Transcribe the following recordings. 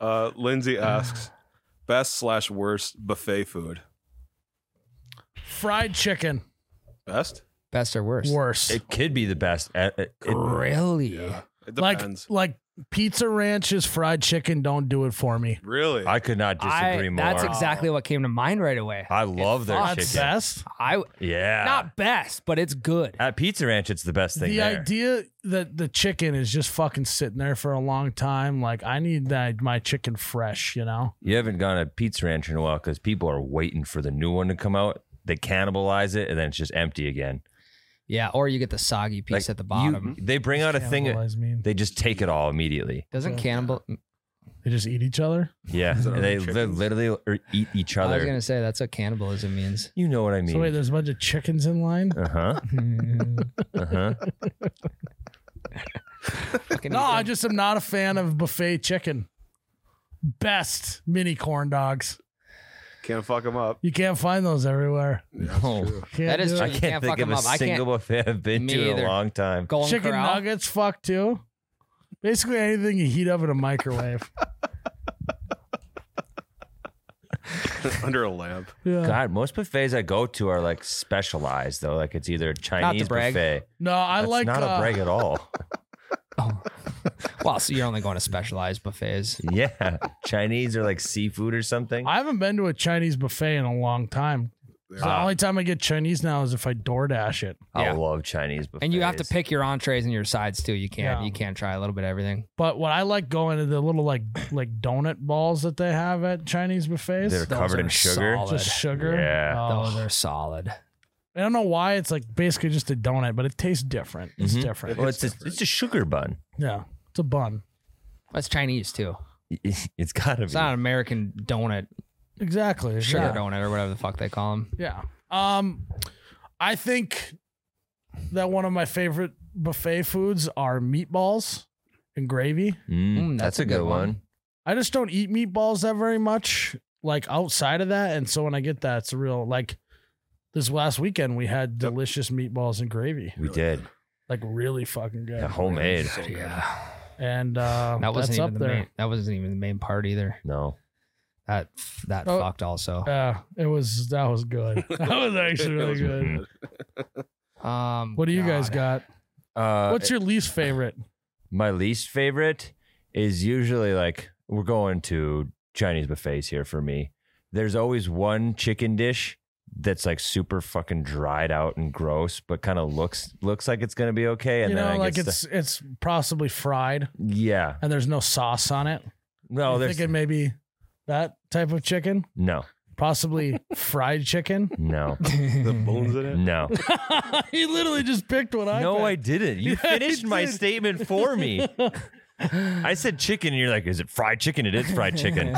Uh, Lindsay asks, best slash worst buffet food. Fried chicken. Best? Best or worst? Worse. It could be the best. At, it, it- Really? It like depends. like Pizza Ranch's fried chicken don't do it for me. really? I could not disagree I, more. Uh, that's exactly what came to mind right away. I love their Not chicken. best. I Yeah. not best, but it's good. At Pizza Ranch, it's the best thing The there. idea that the chicken is just fucking sitting there for a long time, like I need that my chicken fresh, you know. you haven't gone to Pizza Ranch in a while because people are waiting for the new one to come out. They cannibalize it and then it's just empty again. Yeah, or you get the soggy piece Like, at the you- bottom. they bring out a thing. Cannibalize mean. They, They just take it all immediately. Doesn't cannibal? just eat each other. Yeah, Is that they really they chickens? literally or eat each I was other. gonna say that's what cannibalism means. You know what I So wait, mean? there's a bunch of chickens in line. Uh huh. Fucking Uh No, huh. I eat them. just am not a fan of buffet chicken. Best mini corn dogs. Can't fuck them up. You can't find those everywhere. No. Can't That is do true. I it. You can't, can't fuck think of 'em a up. I can't- single buffet I've been Me to in either. a long time. Golden chicken Corral. nuggets. Fuck too. Basically anything you heat up in a microwave. Under a lamp. Yeah. God, most buffets I go to are like specialized though. Like it's either a Chinese brag. buffet. No, I That's like not uh, a break at all. Oh. Well, so you're only going to specialized buffets. yeah, Chinese or like seafood or something. I haven't been to a Chinese buffet in a long time. There. So the only time I get Chinese now is if I DoorDash it. I Yeah. love Chinese buffets. And you have to pick your entrees and your sides too. You can't. Yeah. You can't try a little bit of everything. But what I like going to the little like like donut balls that they have at Chinese buffets. They're Those covered are in sugar. solid. just sugar. Yeah. Oh. Those are solid. I don't know why it's like basically just a donut, but it tastes different. It's Mhm. different. Well, it's a, it's a sugar bun. yeah, it's a bun. That's Chinese too. It's gotta be. It's not an American donut, Exactly. sugar yeah. donut, or whatever the fuck they call them. Yeah. Um, I think that one of my favorite buffet foods are meatballs and gravy. Mm, Mm, that's, a good, one. I just don't eat meatballs that very much, like outside of that. And so when I get that, it's a real like. This last weekend we had delicious meatballs and gravy, We did like really fucking good. yeah, Oh. homemade. So good. Yeah. And uh, That wasn't that's even up the there. main. That wasn't even the main part either. No, That that Oh. fucked also. Yeah, it was that was good. That was actually really good. Um, Uh, What do you guys God. got? uh, What's your least favorite? my least favorite is usually like we're going to Chinese buffets here for me. There's always one chicken dish that's like super fucking dried out and gross, but kind of looks looks like it's gonna be okay. And you then know, I like get it's it's possibly fried stu- yeah, and there's no sauce on it. no, You're Oh, there's thinking maybe that type of chicken, no, possibly fried chicken. no, The bones in it. Mm. no, he literally just picked what I no. I picked. didn't. You Yeah, you finished my did. statement for me. I said chicken, and you're like, "Is it fried chicken? It is fried chicken."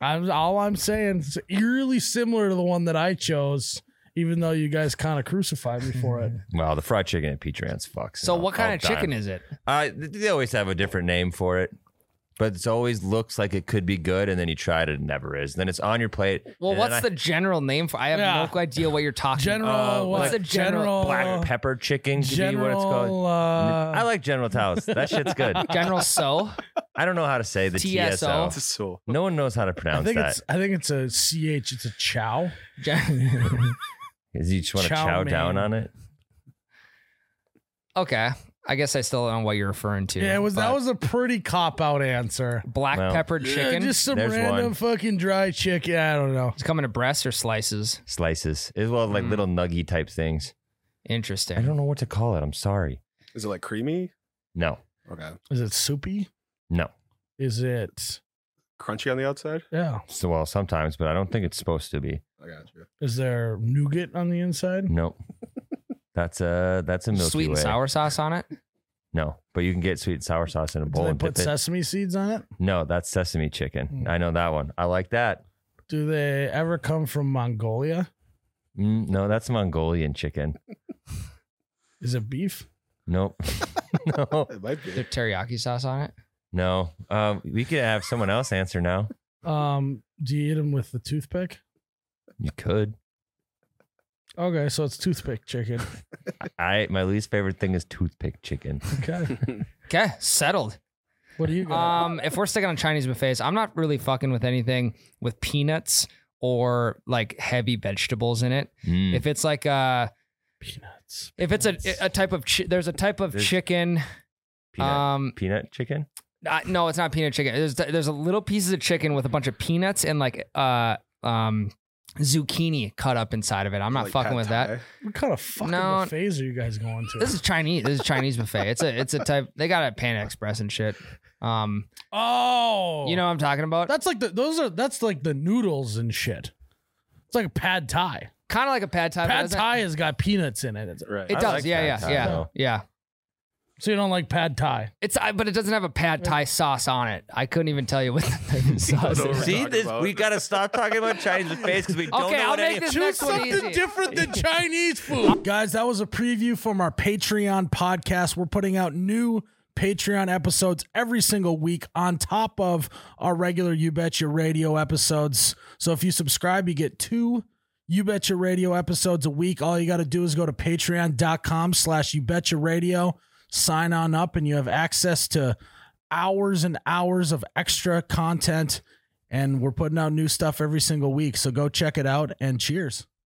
I'm all I'm saying is eerily similar to the one that I chose, even though you guys kind of crucified me for it. Wow, the fried chicken at Peach Rants fucks. so it what up kind all of the time. chicken is it? Uh, th- they always have a different name for it, but it's always looks like it could be good, and then you try it, and it never is. Then it's on your plate. Well, and what's then the general name for? I have Yeah. no idea what you're talking. General, about. Uh, what? uh, what's the general- I- black pepper chicken? Could be what it's called. General, uh, I like General Tao's. That shit's good. General So. I don't know how to say the TSO. TSO. It's so No one knows how to pronounce I think that. it's I think it's a ch. It's a chow. Gen- Is you just want to chow chow down mein. on it? okay, I guess I still don't know what you're referring to. Yeah, it was that but was a pretty cop out answer. black Well, peppered chicken. Yeah, just some There's random one. fucking dry chicken. I don't know. it's coming to breasts or slices. Slices, as well as like Hmm. Mm. little nuggy type things. I Interesting. don't know what to call it. I'm sorry. Is it like creamy? No, Okay. Is it soupy? no. Is it Crunchy on the outside? yeah? So well, sometimes, but I don't think it's supposed to be. I got you. Is there nougat on the inside? Nope. That's a that's a Milky Sweet and Way. sour sauce on it. No, but you can get sweet and sour sauce in a Do bowl they and put dip it. sesame seeds on it? No, that's sesame chicken. Mm. I know that one. I like that. Do they ever come from Mongolia? Mm, no, that's Mongolian chicken. Is it beef? Nope. no, It might Their be. teriyaki sauce on it. no. Um, we could have someone else answer now. Um, do you eat them with the toothpick? You could. Okay, so it's toothpick chicken. I my least favorite thing is toothpick chicken. Okay, Okay, settled. What do you got? Um, if we're sticking on Chinese buffets, I'm not really fucking with anything with peanuts or like heavy vegetables in it. Mm. If it's like uh peanuts. if it's a peanuts. a type of chi- there's a type of There's- chicken. peanut, Um, peanut chicken. Uh, no, it's not peanut chicken. There's there's a little pieces of chicken with a bunch of peanuts and like uh um zucchini cut up inside of it. I'm not Like fucking pad with that. thai. what kind of fucking No. buffets are you guys going to? This is Chinese. This is Chinese buffet. It's a it's a type. They got it at Panda Express and shit. Um, oh, you know what I'm talking about? that's like the those are that's like the noodles and shit. It's like a pad thai. Kind of like a pad thai. but Pad doesn't- thai has got peanuts in it. It's- Right. It I does. like yeah, pad yeah, thai, yeah, though. yeah. So you don't like pad thai? It's I, but it doesn't have a pad thai sauce on it. I couldn't even tell you what the fucking sauce know is. what we're See talking this? about. We gotta stop talking about Chinese buffets because we don't Okay, know I'll what any make of- this next one easy. different than Chinese food. Guys, that was a preview from our Patreon podcast. We're putting out new Patreon episodes every single week on top of our regular You Betcha Radio episodes. So if you subscribe, you get two You Betcha Radio episodes a week. All you got to do is go to patreon.com slash You Betcha Radio, sign on up, and you have access to hours and hours of extra content. And we're putting out new stuff every single week. So go check it out and cheers.